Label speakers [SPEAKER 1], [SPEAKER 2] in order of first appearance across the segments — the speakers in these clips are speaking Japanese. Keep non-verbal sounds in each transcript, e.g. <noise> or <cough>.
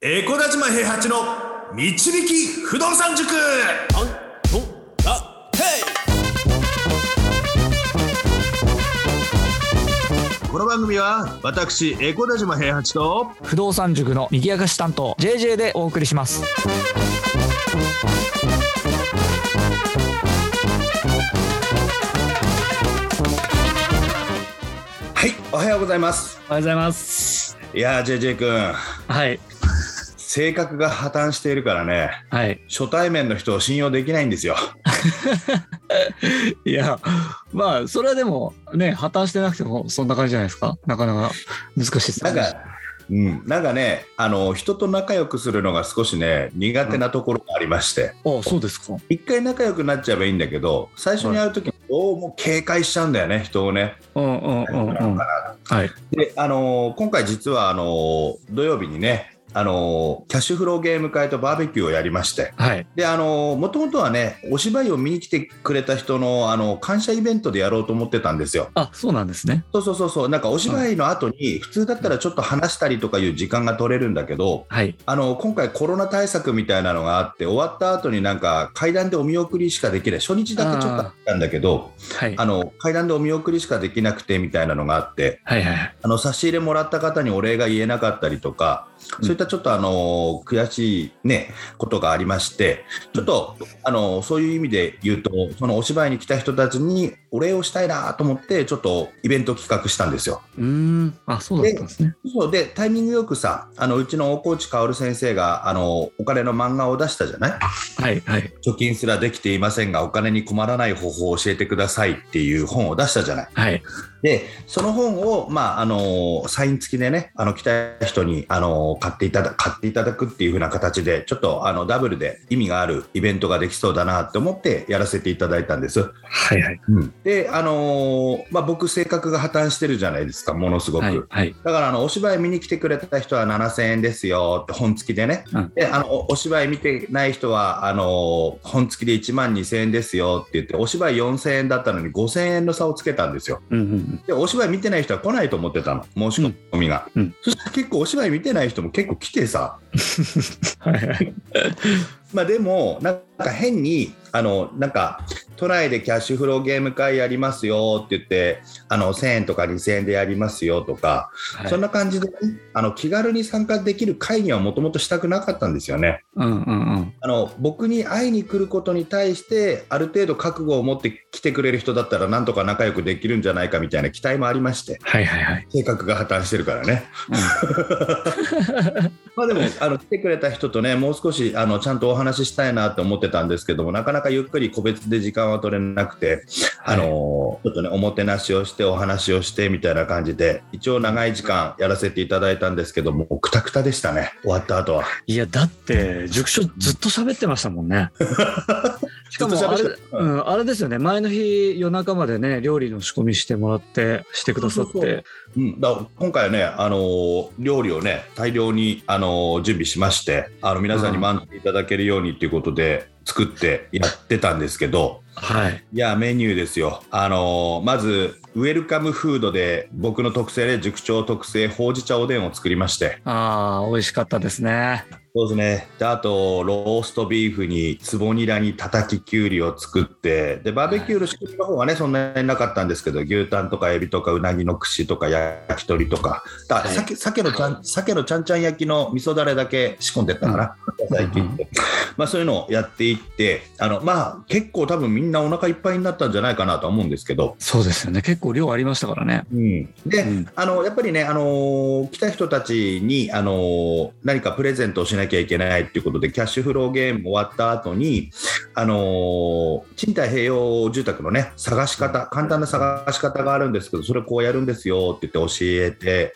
[SPEAKER 1] エコダ島平八の導き不動産塾
[SPEAKER 2] アントンラヘ
[SPEAKER 1] この番組は私エコダ島平八と
[SPEAKER 3] 不動産塾の右明かし担当 JJ でお送りします
[SPEAKER 1] はいおはようございます
[SPEAKER 3] おはようございます
[SPEAKER 1] いやー JJ 君
[SPEAKER 3] はい
[SPEAKER 1] 性格が破綻しているからね
[SPEAKER 3] はい
[SPEAKER 1] 初対面の人を信用できないんですよ
[SPEAKER 3] いやまあそれはでもね破綻してなくてもそんな感じじゃないですかなかなか難しいです
[SPEAKER 1] なんかうん、なんかねあの人と仲良くするのが少しね苦手なところがありまして、
[SPEAKER 3] あそうですか
[SPEAKER 1] 一回仲良くなっちゃえばいいんだけど最初に会う時にどうも警戒しちゃうんだよね人をね
[SPEAKER 3] うんうんうんうんはい
[SPEAKER 1] で、あのー今回実はあのー土曜日にね、あのーキャッシュフローゲーム会とバーベキューをやりまして、
[SPEAKER 3] はい
[SPEAKER 1] で、あのー、もともとはね、お芝居を見に来てくれた人の、あのー感謝イベントでやろうと思ってたんですよ。
[SPEAKER 3] あそうなんですね
[SPEAKER 1] そうそうそうそう、なんかお芝居の後に、普通だったらちょっと話したりとかいう時間が取れるんだけど、
[SPEAKER 3] はい
[SPEAKER 1] あのー今回コロナ対策みたいなのがあって、終わった後になんか階段でお見送りしかできない。初日だけちょっとあったんだけど、
[SPEAKER 3] はい
[SPEAKER 1] あの、階段でお見送りしかできなくてみたいなのがあって、
[SPEAKER 3] はいはい
[SPEAKER 1] あの差し入れもらった方にお礼が言えなかったりとか、
[SPEAKER 3] うん
[SPEAKER 1] そういったちょっとあの悔しい、ね、ことがありまして、ちょっとあのそういう意味で言うと、そのお芝居に来た人たちにお礼をしたいなと思って、ちょっとイベント企画したんですよ。
[SPEAKER 3] うーんあそうだったんですね
[SPEAKER 1] そうで、タイミングよくさ、あのうちの大河内薫先生があのお金の漫画を出したじゃない
[SPEAKER 3] はいはい
[SPEAKER 1] 貯金すらできていませんが、お金に困らない方法を教えてくださいっていう本を出したじゃない。
[SPEAKER 3] はい
[SPEAKER 1] で、その本を、まあ、あの、サイン付きでね、あの、来た人に、あの、買っていただ、買っていただくっていう風な形で、ちょっと、あの、ダブルで意味があるイベントができそうだなって思ってやらせていただいたんです。
[SPEAKER 3] はいはい
[SPEAKER 1] で、あの、まあ、僕、性格が破綻してるじゃないですか、ものすごく。
[SPEAKER 3] はいはい
[SPEAKER 1] だからあのお芝居見に来てくれた人は7000円ですよって本付きでね、
[SPEAKER 3] うん
[SPEAKER 1] であのおお芝居見てない人はあの本付きで1万2000円ですよって言ってお芝居4000円だったのに5000円の差をつけたんですよ。
[SPEAKER 3] うんうん
[SPEAKER 1] でお芝居見てない人は来ないと思ってたの申し込みが、
[SPEAKER 3] うんうん
[SPEAKER 1] そしたら結構お芝居見てない人も結構来てさ、
[SPEAKER 3] うん <laughs> はいはい
[SPEAKER 1] まあ、でもなんか変にあのなんか都内でキャッシュフローゲーム会やりますよって言ってあの1000円とか2000円でやりますよとか、
[SPEAKER 3] はい
[SPEAKER 1] そんな感じでね、あの気軽に参加できる会にはもともとしたくなかったんですよね。
[SPEAKER 3] うんうんうん
[SPEAKER 1] あの僕に会いに来ることに対してある程度覚悟を持って来てくれる人だったらなんとか仲良くできるんじゃないかみたいな期待もありまして
[SPEAKER 3] はいはいはい
[SPEAKER 1] 性格が破綻してるからね。 <laughs> まあでもあの来てくれた人とねもう少しあのちゃんとお話ししたいなと思ってたんですけどもなかなかゆっくり個別で時間は取れなくて、あのちょっとねおもてなしをしてお話をしてみたいな感じで一応長い時間やらせていただいたんですけどもくたくたでしたね終わった後は。
[SPEAKER 3] いや、だって、塾長ずっと喋ってましたもんね。 <laughs> しかも
[SPEAKER 1] ずっと
[SPEAKER 3] あ
[SPEAKER 1] 喋
[SPEAKER 3] れ
[SPEAKER 1] っ、てたう
[SPEAKER 3] うん、あれですよね。前の日、夜中までね、料理の仕込みしてもらって、してくださっ
[SPEAKER 1] そうそうそ
[SPEAKER 3] て。
[SPEAKER 1] うん、だから今回はね、あのー料理をね大量に、あのー準備しましてあの皆さんに満足いただけるようにということで作ってやってたんですけど。
[SPEAKER 3] はい。
[SPEAKER 1] いや、メニューですよ。あのーまず、ウェルカムフードで、僕の特製で、塾長特製、ほうじ茶おでんを作りまして。
[SPEAKER 3] ああ、美味しかったですね。
[SPEAKER 1] そうですね。で、あと、ローストビーフに、つぼニラに、たたききゅうりを作って、で、バーベキューの仕組みの方はね、そんなになかったんですけど、牛タンとかエビとか、うなぎの串とか、焼き鳥とか、だ
[SPEAKER 3] はい
[SPEAKER 1] 鮭鮭のちゃん、鮭のちゃんちゃん焼きの味噌だれだけ仕込んでったかな。最近って。まあ、そういうのをやっていって、あの、まあ、結構多分みんなお腹いっぱいになったんじゃないかなとは思うんですけど、
[SPEAKER 3] そうですよね。結構量ありましたからね。
[SPEAKER 1] うん、で、
[SPEAKER 3] うん
[SPEAKER 1] あのやっぱりね、あのー来た人たちに、あのー何かプレゼントをしなきゃいけないっていうことでキャッシュフローゲーム終わった後に、あのー賃貸併用住宅のね探し方簡単な探し方があるんですけどそれこうやるんですよって言って教えて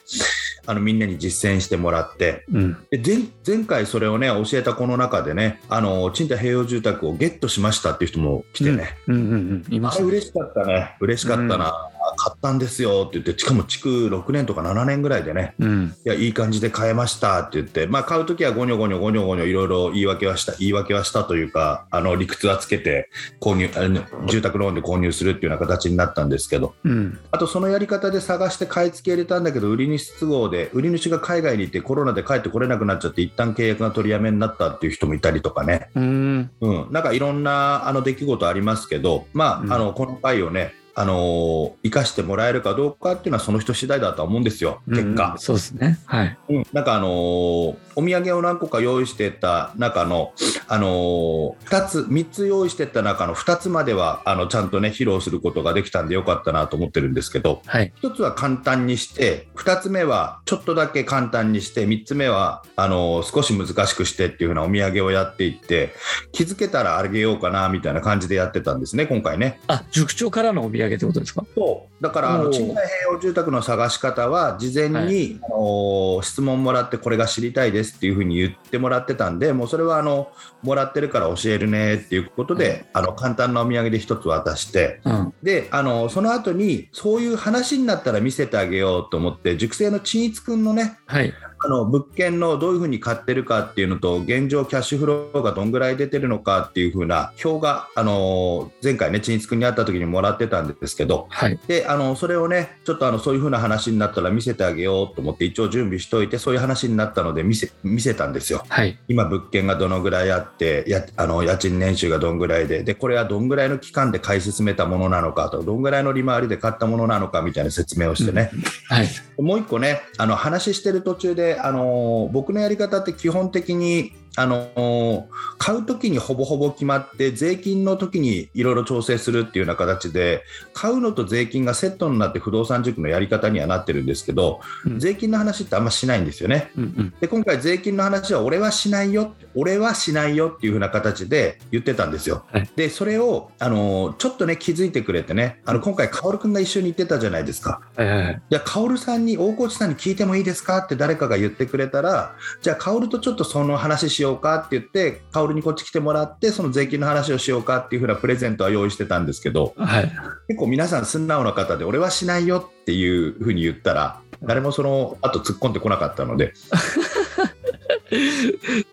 [SPEAKER 1] あのみんなに実践してもらって
[SPEAKER 3] うん。
[SPEAKER 1] で前前回それをね教えた子の中でね、あのー賃貸併用住宅をゲットしましたっていう人も来てね。
[SPEAKER 3] うんうんうん。いま
[SPEAKER 1] あ
[SPEAKER 3] す
[SPEAKER 1] れ
[SPEAKER 3] ね。
[SPEAKER 1] 嬉しかったね。嬉しかったな。買ったんですよって言ってしかも築6年とか7年ぐらいでね
[SPEAKER 3] うん。
[SPEAKER 1] いやいい感じで買えましたって言って、まあ、買うときはごにょごにょごにょごにょいろいろ言い訳はした言い訳はしたというかあの理屈はつけて購入あの住宅ローンで購入するっていうような形になったんですけど
[SPEAKER 3] うん。
[SPEAKER 1] あとそのやり方で探して買い付け入れたんだけど売り主都合で売り主が海外に行ってコロナで帰ってこれなくなっちゃって一旦契約が取りやめになったっていう人もいたりとかね、
[SPEAKER 3] うん。
[SPEAKER 1] うん、なんかいろんなあの出来事ありますけど、まあ
[SPEAKER 3] うん
[SPEAKER 1] あのこの回をねあの生かしてもらえるかどうかっていうのはその人次第だとは思うんですよ結果。
[SPEAKER 3] うんそうですね。はい。
[SPEAKER 1] うん、なんかあのーお土産を何個か用意してた中の、あのー、2つ3つ用意してた中の2つまではあのちゃんとね披露することができたんでよかったなと思ってるんですけど
[SPEAKER 3] はい。
[SPEAKER 1] 1つは簡単にして2つ目はちょっとだけ簡単にして3つ目はあのー少し難しくしてっていうふうなお土産をやっていって気づけたらあげようかなみたいな感じでやってたんですね今回ね。
[SPEAKER 3] あ、塾長からのお土産ってことですか
[SPEAKER 1] そうだからあの
[SPEAKER 3] おー
[SPEAKER 1] 賃貸併用住宅の探し方は事前に、
[SPEAKER 3] は
[SPEAKER 1] あのー質問もらってこれが知りたいですっていうふうに言ってもらってたんでもうそれはあのもらってるから教えるねっていうことで、あの簡単なお土産で一つ渡して
[SPEAKER 3] うん。
[SPEAKER 1] であのその後にそういう話になったら見せてあげようと思って塾生のちいつくんのね
[SPEAKER 3] はい。
[SPEAKER 1] あの物件のどういうふうに買ってるかっていうのと現状キャッシュフローがどんぐらい出てるのかっていうふうな表が、あのー前回ねちいつくんに会った時にもらってたんですけど
[SPEAKER 3] はい。
[SPEAKER 1] であのそれをねちょっとあのそういう風な話になったら見せてあげようと思って一応準備しといてそういう話になったので見せ見せたんですよ
[SPEAKER 3] はい。
[SPEAKER 1] 今物件がどのぐらいあってやあの家賃年収がどんぐらいででこれはどんぐらいの期間で買い進めたものなのかとどんぐらいの利回りで買ったものなのかみたいな説明をしてね、
[SPEAKER 3] はい。
[SPEAKER 1] もう一個ねあの話してる途中で、あの僕のやり方って基本的に、あの買う時にほぼほぼ決まって税金の時にいろいろ調整するっていうような形で買うのと税金がセットになって不動産塾のやり方にはなってるんですけど、
[SPEAKER 3] うん
[SPEAKER 1] 税金の話ってあんましないんですよね。
[SPEAKER 3] うんうん。
[SPEAKER 1] で今回税金の話は俺はしないよ俺はしないよっていう風な形で言ってたんですよ、
[SPEAKER 3] はい
[SPEAKER 1] でそれをあのちょっとね気づいてくれてねあの今回薫君が一緒に行ってたじゃないですか
[SPEAKER 3] はいはいはい。
[SPEAKER 1] じゃあ、カオルさんに、大河内さんに聞いてもいいですかって誰かが言ってくれたら、じゃあ、カオルとちょっとその話しようかって言って、カオルにこっち来てもらって、その税金の話をしようかっていうふうなプレゼントは用意してたんですけど、
[SPEAKER 3] はい。
[SPEAKER 1] 結構皆さん素直な方で、俺はしないよっていうふうに言ったら、誰もその後突っ込んでこなかったので、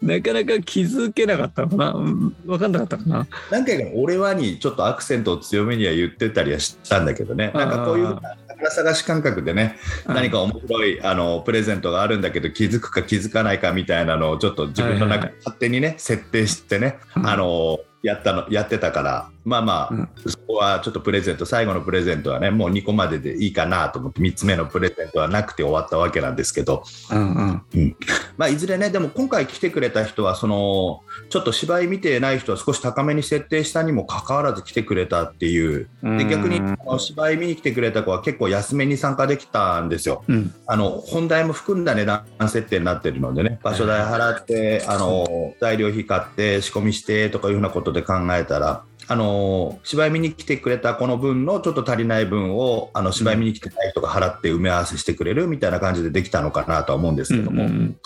[SPEAKER 3] なかなか気づけなかったのかな、うん、分かんなかったかな。
[SPEAKER 1] 何回か俺はにちょっとアクセントを強めには言ってたりはしたんだけどね、なんかこういうふうな宝探し感覚でね、何か面白いあのプレゼントがあるんだけど気づくか気づかないかみたいなのをちょっと自分の
[SPEAKER 3] はいはい
[SPEAKER 1] 中
[SPEAKER 3] は
[SPEAKER 1] で勝手にね設定してね、
[SPEAKER 3] うん
[SPEAKER 1] あのやったのやってたからまあまあ、
[SPEAKER 3] うん
[SPEAKER 1] そこはちょっとプレゼント最後のプレゼントはねもう2個まででいいかなと思って3つ目のプレゼントはなくて終わったわけなんですけど、
[SPEAKER 3] うんうん。
[SPEAKER 1] まあ、いずれねでも今回来てくれた人はそのちょっと芝居見てない人は少し高めに設定したにもかかわらず来てくれたっていうで逆に
[SPEAKER 3] うん
[SPEAKER 1] あの芝居見に来てくれた子は結構安めに参加できたんですよ。
[SPEAKER 3] うん
[SPEAKER 1] あの本代も含んだ値段設定になってるのでね場所代払ってあの材料費買って仕込みしてとかいうふうなことで考えたら。あの芝居見に来てくれたこの分のちょっと足りない分をあの芝居見に来てない人が払って埋め合わせしてくれるみたいな感じでできたのかなとは思うんですけども、
[SPEAKER 3] うん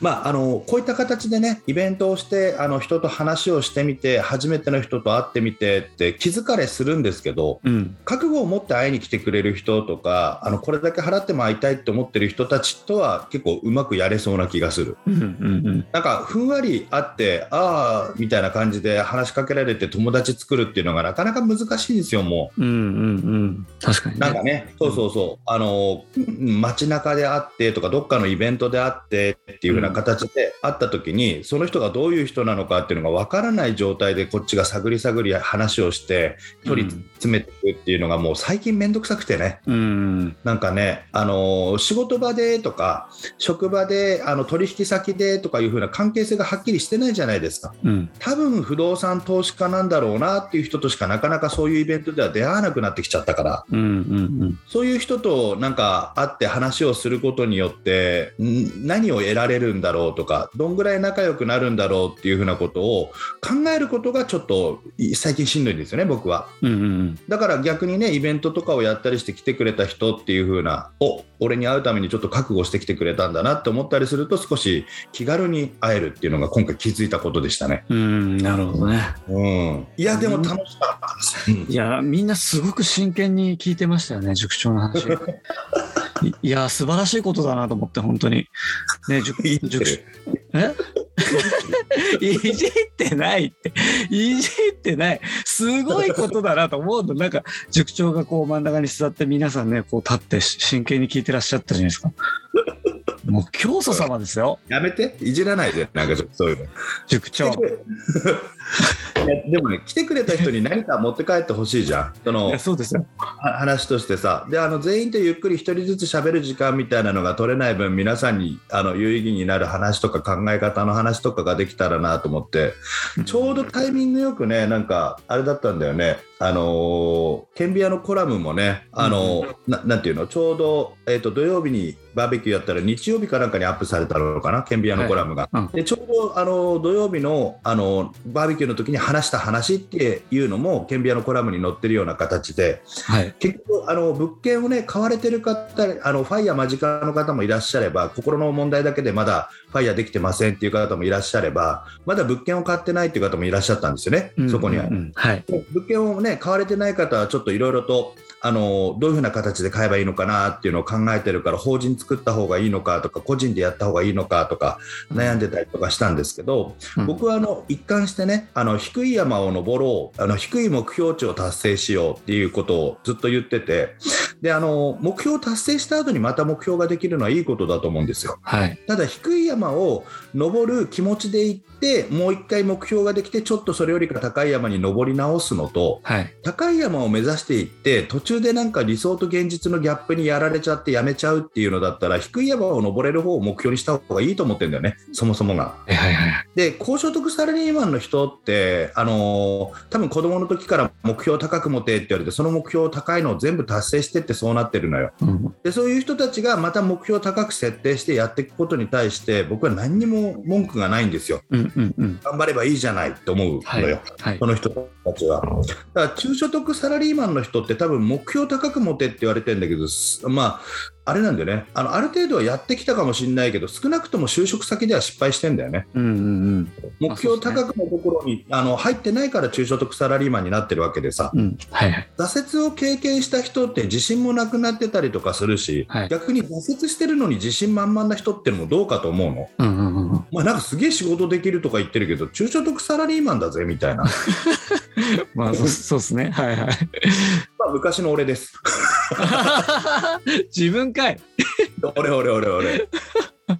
[SPEAKER 1] まあ、あのこういった形でねイベントをしてあの人と話をしてみて初めての人と会ってみてって気疲れするんですけど、
[SPEAKER 3] うん
[SPEAKER 1] 覚悟を持って会いに来てくれる人とかあのこれだけ払っても会いたいって思ってる人たちとは結構うまくやれそうな気がする
[SPEAKER 3] うんうんうん
[SPEAKER 1] なんかふんわり会ってああみたいな感じで話しかけられて友達作るっていうのがなかなか難しいんですよも
[SPEAKER 3] うんうんうん確かに
[SPEAKER 1] う
[SPEAKER 3] ね
[SPEAKER 1] なんかねそうそうそうあのうん街中で会ってとかどっかのイベントで会ってっていう風な形で会った時にその人がどういう人なのかっていうのが分からない状態でこっちが探り探り話をして距離詰めていくっていうのがもう最近面倒くさくてね
[SPEAKER 3] うん
[SPEAKER 1] なんかね、あのー仕事場でとか、職場で、あの取引先でとかいうふうな関係性がはっきりしてないじゃないですか。
[SPEAKER 3] うん
[SPEAKER 1] 多分不動産投資家なんだろうなっていう人としかなかなかそういうイベントでは出会わなくなってきちゃったから、
[SPEAKER 3] うんうん
[SPEAKER 1] そういう人となんか会って話をすることによって、ん何を得られるんだろうとか、どんぐらい仲良くなるんだろうっていうふうなことを考えることがちょっとい最近しんどいんですよね、僕は。
[SPEAKER 3] うんうんうん
[SPEAKER 1] だから逆にねイベントとかをやったりして来てくれた人っていう風なお俺に会うためにちょっと覚悟してきてくれたんだなって思ったりすると少し気軽に会えるっていうのが今回気づいたことでしたね。
[SPEAKER 3] うん、なるほどね。
[SPEAKER 1] うん、いやでも楽しかったです。うん
[SPEAKER 3] いや、みんなすごく真剣に聞いてましたよね、塾長
[SPEAKER 1] <laughs>
[SPEAKER 3] の話。いいや、素晴らしいことだなと思って、本当に。ね、
[SPEAKER 1] <laughs> <laughs>
[SPEAKER 3] 塾
[SPEAKER 1] いいって
[SPEAKER 3] 塾え <laughs> いじってないって、いじってない。すごいことだなと思うの。なんか、塾長がこう真ん中に座って、皆さんね、こう立ってし真剣に聞いてらっしゃったじゃないですか。もう教祖様ですよ、
[SPEAKER 1] やめていじらないでなんかちょっとそういうの。
[SPEAKER 3] 塾
[SPEAKER 1] <laughs>
[SPEAKER 3] 長。
[SPEAKER 1] いやでもね来てくれた人に何か持って帰ってほしいじゃん。そ
[SPEAKER 3] い
[SPEAKER 1] の
[SPEAKER 3] やそうですよ。
[SPEAKER 1] は話としてさであの全員でゆっくり一人ずつ喋る時間みたいなのが取れない分皆さんにあの有意義になる話とか考え方の話とかができたらなと思ってちょうどタイミングよくねなんかあれだったんだよねあのーケンビアのコラムもねあのーななんていうのちょうど、えー、と土曜日にバーベキューやったら日曜日かなんかにアップされたのかなケンビアのコラムが。
[SPEAKER 3] うん
[SPEAKER 1] でちょうどあの土曜日のあのバーベキューの時に話した話っていうのもケンビアのコラムに載ってるような形で
[SPEAKER 3] はい。
[SPEAKER 1] 結局あの物件をね買われてる方あのファイヤー間近の方もいらっしゃれば心の問題だけでまだファイヤーできてませんっていう方もいらっしゃればまだ物件を買ってないっていう方もいらっしゃったんですよね、そこには。
[SPEAKER 3] うんうんはい。
[SPEAKER 1] 物件をね買われてない方はちょっといろいろとあのどういうふうな形で買えばいいのかなっていうのを考えてるから法人作った方がいいのかとか個人でやった方がいいのかとか悩んでたりとかしたんですけど、
[SPEAKER 3] うん
[SPEAKER 1] 僕はあの一貫してねあの低い山を登ろうあの低い目標値を達成しようっていうことをずっと言っててであの目標を達成した後にまた目標ができるのはいいことだと思うんですよ
[SPEAKER 3] はい。
[SPEAKER 1] ただ低い山を登る気持ちで行ってもう一回目標ができてちょっとそれよりか高い山に登り直すのと
[SPEAKER 3] はい。
[SPEAKER 1] 高い山を目指していって途中でなんか理想と現実のギャップにやられちゃってやめちゃうっていうのだったら低い山を登れる方を目標にした方がいいと思ってるんだよねそもそもが。
[SPEAKER 3] はいはいはい。
[SPEAKER 1] で高所得サラリーマンの人って、あのー多分子供の時から目標を高く持てって言われてその目標高いのを全部達成してってそうなってるのよ
[SPEAKER 3] うん
[SPEAKER 1] でそういう人たちがまた目標を高く設定してやっていくことに対して僕は何にも文句がないんですよ
[SPEAKER 3] うんうんうん。
[SPEAKER 1] 頑張ればいいじゃないって思う
[SPEAKER 3] は
[SPEAKER 1] の
[SPEAKER 3] い。
[SPEAKER 1] よ、
[SPEAKER 3] はい
[SPEAKER 1] そ。の人たちは。だから中所得サラリーマンの人って多分目標高く持てって言われてるんだけど、すまあ、あれなんだよねあの、ある程度はやってきたかもしれないけど、少なくとも就職先では失敗してんだよね。
[SPEAKER 3] うんうんうん。
[SPEAKER 1] 目標
[SPEAKER 3] そうですね
[SPEAKER 1] 高くのところにあの入ってないから中所得サラリーマンになってるわけでさ、
[SPEAKER 3] うん、はいはい。
[SPEAKER 1] 挫折を経験した人って自信もなくなってたりとかするし、
[SPEAKER 3] はい
[SPEAKER 1] 逆に挫折してるのに自信満々な人ってのもどうかと思うの。
[SPEAKER 3] うんうんうんうん。
[SPEAKER 1] まあ、なんかすげえ仕事できるとか言ってるけど、中所得サラリーマンだぜみ
[SPEAKER 3] <laughs>
[SPEAKER 1] たいな、
[SPEAKER 3] まあ、そうそうですね。はい <laughs> は
[SPEAKER 1] まあ、昔の俺です。 <laughs>
[SPEAKER 3] い。自分かい。
[SPEAKER 1] 俺俺俺
[SPEAKER 3] <laughs>
[SPEAKER 1] 俺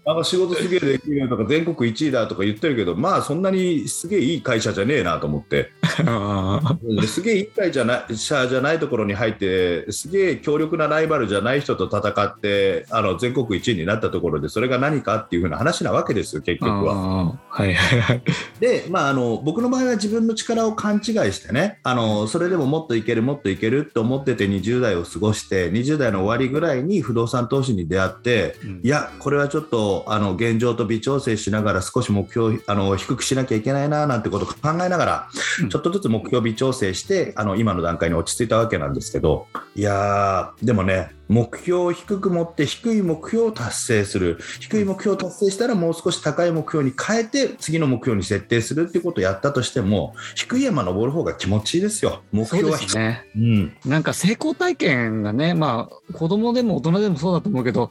[SPEAKER 1] あの仕事すげえできるよとか全国1位だとか言ってるけどまあそんなにすげえいい会社じゃねえなと思って
[SPEAKER 3] あ
[SPEAKER 1] ですげえいい会社じゃない社じゃないところに入ってすげえ強力なライバルじゃない人と戦ってあの全国1位になったところでそれが何かっていう風な話なわけですよ結
[SPEAKER 3] あ
[SPEAKER 1] 局は。
[SPEAKER 3] はいはいはい。
[SPEAKER 1] で、まあ、あの僕の場合は自分の力を勘違いしてねあのそれでももっといけるもっといけるって思ってて20代を過ごして20代の終わりぐらいに不動産投資に出会っていや、これはちょっとあの現状と微調整しながら少し目標あの低くしなきゃいけないななんてことを考えながら、
[SPEAKER 3] うん
[SPEAKER 1] ちょっとずつ目標微調整してあの今の段階に落ち着いたわけなんですけどいやーでもね目標を低く持って低い目標を達成する低い目標を達成したらもう少し高い目標に変えて次の目標に設定するっていうことをやったとしても低い山登る方が気持ちいいですよ目
[SPEAKER 3] そう
[SPEAKER 1] 標
[SPEAKER 3] で
[SPEAKER 1] は低い
[SPEAKER 3] すね。
[SPEAKER 1] うん
[SPEAKER 3] なんか成功体験がね、まあ、子供でも大人でもそうだと思うけど、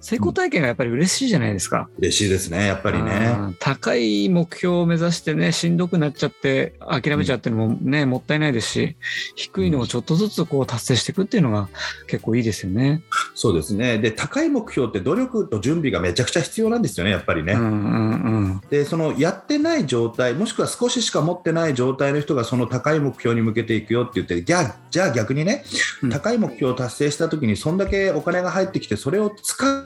[SPEAKER 3] 成功体験がやっぱり嬉しいじゃないですか。
[SPEAKER 1] 嬉しいですねやっぱりね。
[SPEAKER 3] あー高い目標を目指してね、しんどくなっちゃって、諦めちゃってるのもね、もったいないですし、低いのをちょっとずつこう達成していくっていうのが結構いいですよね。
[SPEAKER 1] そうですね。で、高い目標って努力と準備がめちゃくちゃ必要なんですよね、やっぱりね。
[SPEAKER 3] うんうんうん。
[SPEAKER 1] で、そのやってない状態、もしくは少ししか持ってない状態の人がその高い目標に向けていくよって言って、じゃあ、じゃあ逆にね
[SPEAKER 3] うん、
[SPEAKER 1] 高い目標を達成した時に、そんだけお金が入ってきて、それを使う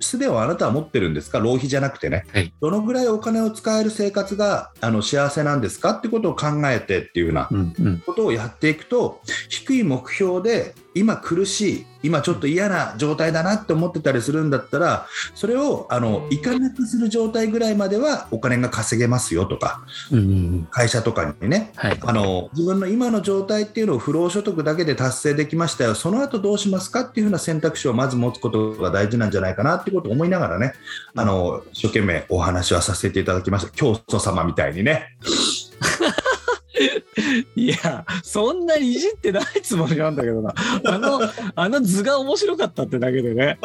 [SPEAKER 1] 術をあなたは持ってるんですか、浪費じゃなくてね。
[SPEAKER 3] はい
[SPEAKER 1] どのぐらいお金を使える生活があの幸せなんですかってことを考えてっていうふうな
[SPEAKER 3] うんうん。
[SPEAKER 1] ことをやっていくと低い目標で今苦しい今ちょっと嫌な状態だなって思ってたりするんだったらそれをあのいかなくする状態ぐらいまではお金が稼げますよとか
[SPEAKER 3] うんうん
[SPEAKER 1] 会社とかにね
[SPEAKER 3] はい
[SPEAKER 1] あの自分の今の状態っていうのを不労所得だけで達成できましたよその後どうしますかっていうふうな選択肢をまず持つことが大事なんじゃないかなっていうことを思いながらねあの一生懸命お話はさせていただきました教祖様みたいにね。
[SPEAKER 3] いやそんなにいじってないつもりなんだけどなあのあの図が面白かったってだけでね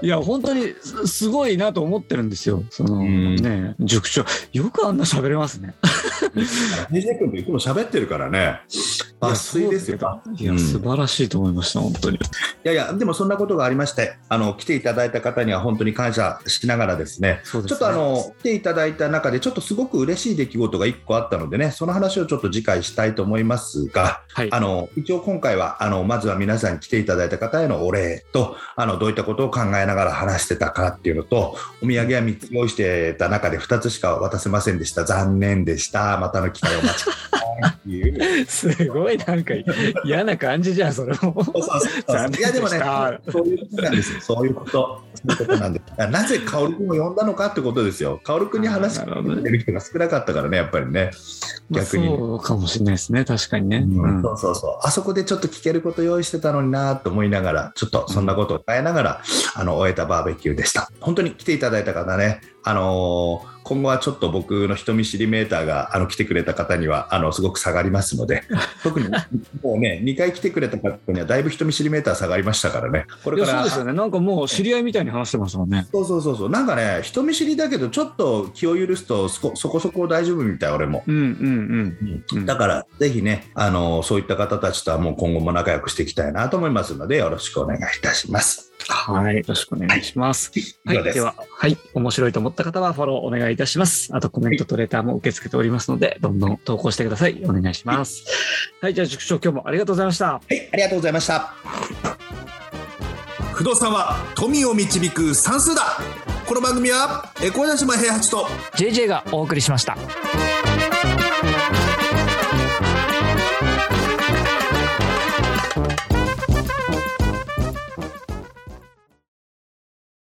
[SPEAKER 3] いや本当にすすごいなと思ってるんですよその
[SPEAKER 1] ん
[SPEAKER 3] ね塾長よくあんな喋れますね
[SPEAKER 1] DJ 君といつも喋ってるからね抜粋ですよ
[SPEAKER 3] いや
[SPEAKER 1] うん
[SPEAKER 3] 素晴らしいと思いました本当に
[SPEAKER 1] いやいやでもそんなことがありましてあの来ていただいた方には本当に感謝しながらですね
[SPEAKER 3] そうで
[SPEAKER 1] ちょっ
[SPEAKER 3] すね
[SPEAKER 1] とあの来ていただいた中でちょっとすごく嬉しい出来事が1個あったのでねその話をちょっと次回したいと思いますが
[SPEAKER 3] はい
[SPEAKER 1] あの一応今回はあのまずは皆さんに来ていただいた方へのお礼とあのどういったことを考えながら話してたかっていうのとお土産は3つ用意してた中で2つしか渡せませんでした残念でしたまたの機会をお待ちくださいっていう。
[SPEAKER 3] すごいなんか嫌な感じじゃんそれも
[SPEAKER 1] そうそうそう
[SPEAKER 3] 残念で
[SPEAKER 1] いやでもね
[SPEAKER 3] した、
[SPEAKER 1] そういうことなんですよ。そういうこと。そういうことなんです。 <laughs> なぜカオル君を呼んだのかってことですよ。カオル君に話し
[SPEAKER 3] あー
[SPEAKER 1] か
[SPEAKER 3] なる
[SPEAKER 1] け
[SPEAKER 3] ほどね
[SPEAKER 1] てる人が少なかったからね、やっぱりね。逆にね
[SPEAKER 3] まあそうかもしれないですね確かにね、
[SPEAKER 1] うん
[SPEAKER 3] うん
[SPEAKER 1] そうそうそう。あそこでちょっと聞けること用意してたのになと思いながら、ちょっとそんなことを変えながら、あの、終えたバーベキューでした。本当に来ていただいた方ね、あのー今後はちょっと僕の人見知りメーターがあの来てくれた方にはあのすごく下がりますので <laughs> 特にもうね2回来てくれた方にはだいぶ人見知りメーター下がりましたからねこ
[SPEAKER 3] い
[SPEAKER 1] れ
[SPEAKER 3] や
[SPEAKER 1] か
[SPEAKER 3] そう
[SPEAKER 1] ら
[SPEAKER 3] ですよねなんかもう知り合いみたいに話してますもんね
[SPEAKER 1] そうそうそうそうなんかね人見知りだけどちょっと気を許すとそこそこそこ大丈夫みたい俺も、
[SPEAKER 3] うんうんうん
[SPEAKER 1] だからぜひねあのそういった方たちとはもう今後も仲良くしていきたいなと思いますのでよろしくお願いいたします
[SPEAKER 3] はい。よろしくお願いします。はい。
[SPEAKER 1] 以上
[SPEAKER 3] では、はい。面白いと思った方はフォローお願いいたします。あとコメント、トレーターも受け付けておりますので、どんどん投稿してください。お願いします。はい。じゃあ、塾長、今日もありがとうございました。
[SPEAKER 1] はいありがとうございました
[SPEAKER 2] 不動産は富を導く算数だこの番組はえ小枝島平八と
[SPEAKER 3] JJ がお送りしました。